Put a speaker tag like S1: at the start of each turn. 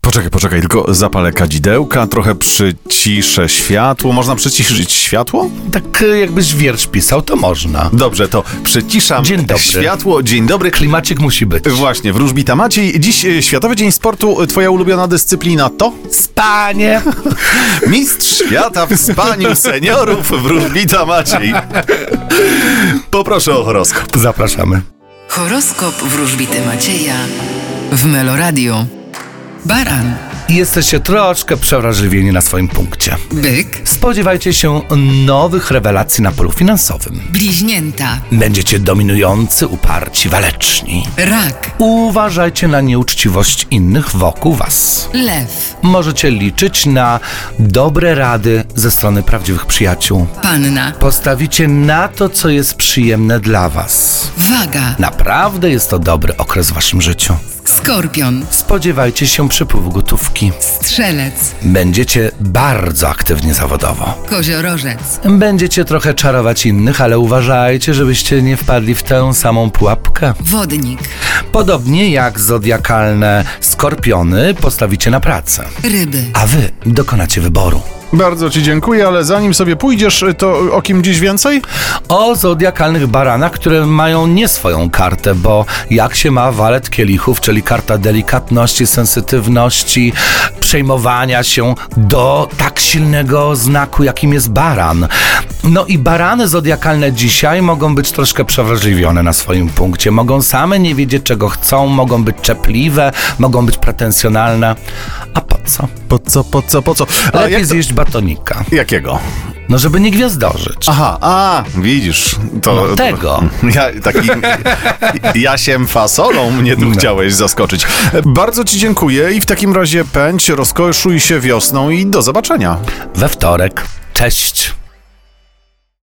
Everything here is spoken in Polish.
S1: Poczekaj, poczekaj, tylko zapalę kadzidełka, trochę przyciszę światło. Można przyciszyć światło?
S2: Tak e, jakbyś wiersz pisał, to można.
S1: Dobrze, to przyciszam
S2: Dzień dobry.
S1: światło. Dzień dobry.
S2: Klimacik musi być.
S1: Właśnie, wróżbita Maciej. Dziś y, Światowy Dzień Sportu. Y, Twoja ulubiona dyscyplina to?
S2: Spanie!
S1: Mistrz świata w spaniu seniorów, wróżbita Maciej. Poproszę o horoskop.
S2: Zapraszamy.
S3: Horoskop wróżbity Macieja w Meloradio. Baran,
S2: Jesteście troszkę przewrażliwieni na swoim punkcie.
S3: byk,
S2: Spodziewajcie się nowych rewelacji na polu finansowym.
S3: bliźnięta,
S2: Będziecie dominujący, uparci, waleczni.
S3: rak,
S2: Uważajcie na nieuczciwość innych wokół was.
S3: lew,
S2: Możecie liczyć na dobre rady ze strony prawdziwych przyjaciół.
S3: panna,
S2: Postawicie na to, co jest przyjemne dla was.
S3: waga,
S2: Naprawdę jest to dobry okres w waszym życiu.
S3: skorpion,
S2: Spodziewajcie się przepływu gotówki.
S3: strzelec,
S2: Będziecie bardzo aktywni zawodowo.
S3: koziorożec,
S2: Będziecie trochę czarować innych, ale uważajcie, żebyście nie wpadli w tę samą pułapkę.
S3: wodnik,
S2: Podobnie jak zodiakalne skorpiony postawicie na pracę,
S3: ryby.
S2: a wy dokonacie wyboru.
S1: Bardzo Ci dziękuję, ale zanim sobie pójdziesz, to o kim dziś więcej?
S2: O zodiakalnych baranach, które mają nie swoją kartę, bo jak się ma walet kielichów, czyli karta delikatności, sensytywności, przejmowania się do tak silnego znaku, jakim jest baran. No i barany zodiakalne dzisiaj mogą być troszkę przewrażliwione na swoim punkcie. Mogą same nie wiedzieć, czego chcą, mogą być czepliwe, mogą być pretensjonalne. A po co?
S1: Po co, po co, po co? A
S2: Lepiej
S1: jak to-
S2: zjeść batonika.
S1: Jakiego?
S2: No, żeby nie gwiazdożyć.
S1: Aha, a, widzisz, to...
S2: No tego.
S1: Ja, taki Jasiem fasolą mnie tu chciałeś zaskoczyć. Bardzo Ci dziękuję i w takim razie pędź, rozkoszuj się wiosną i do zobaczenia.
S2: We wtorek. Cześć.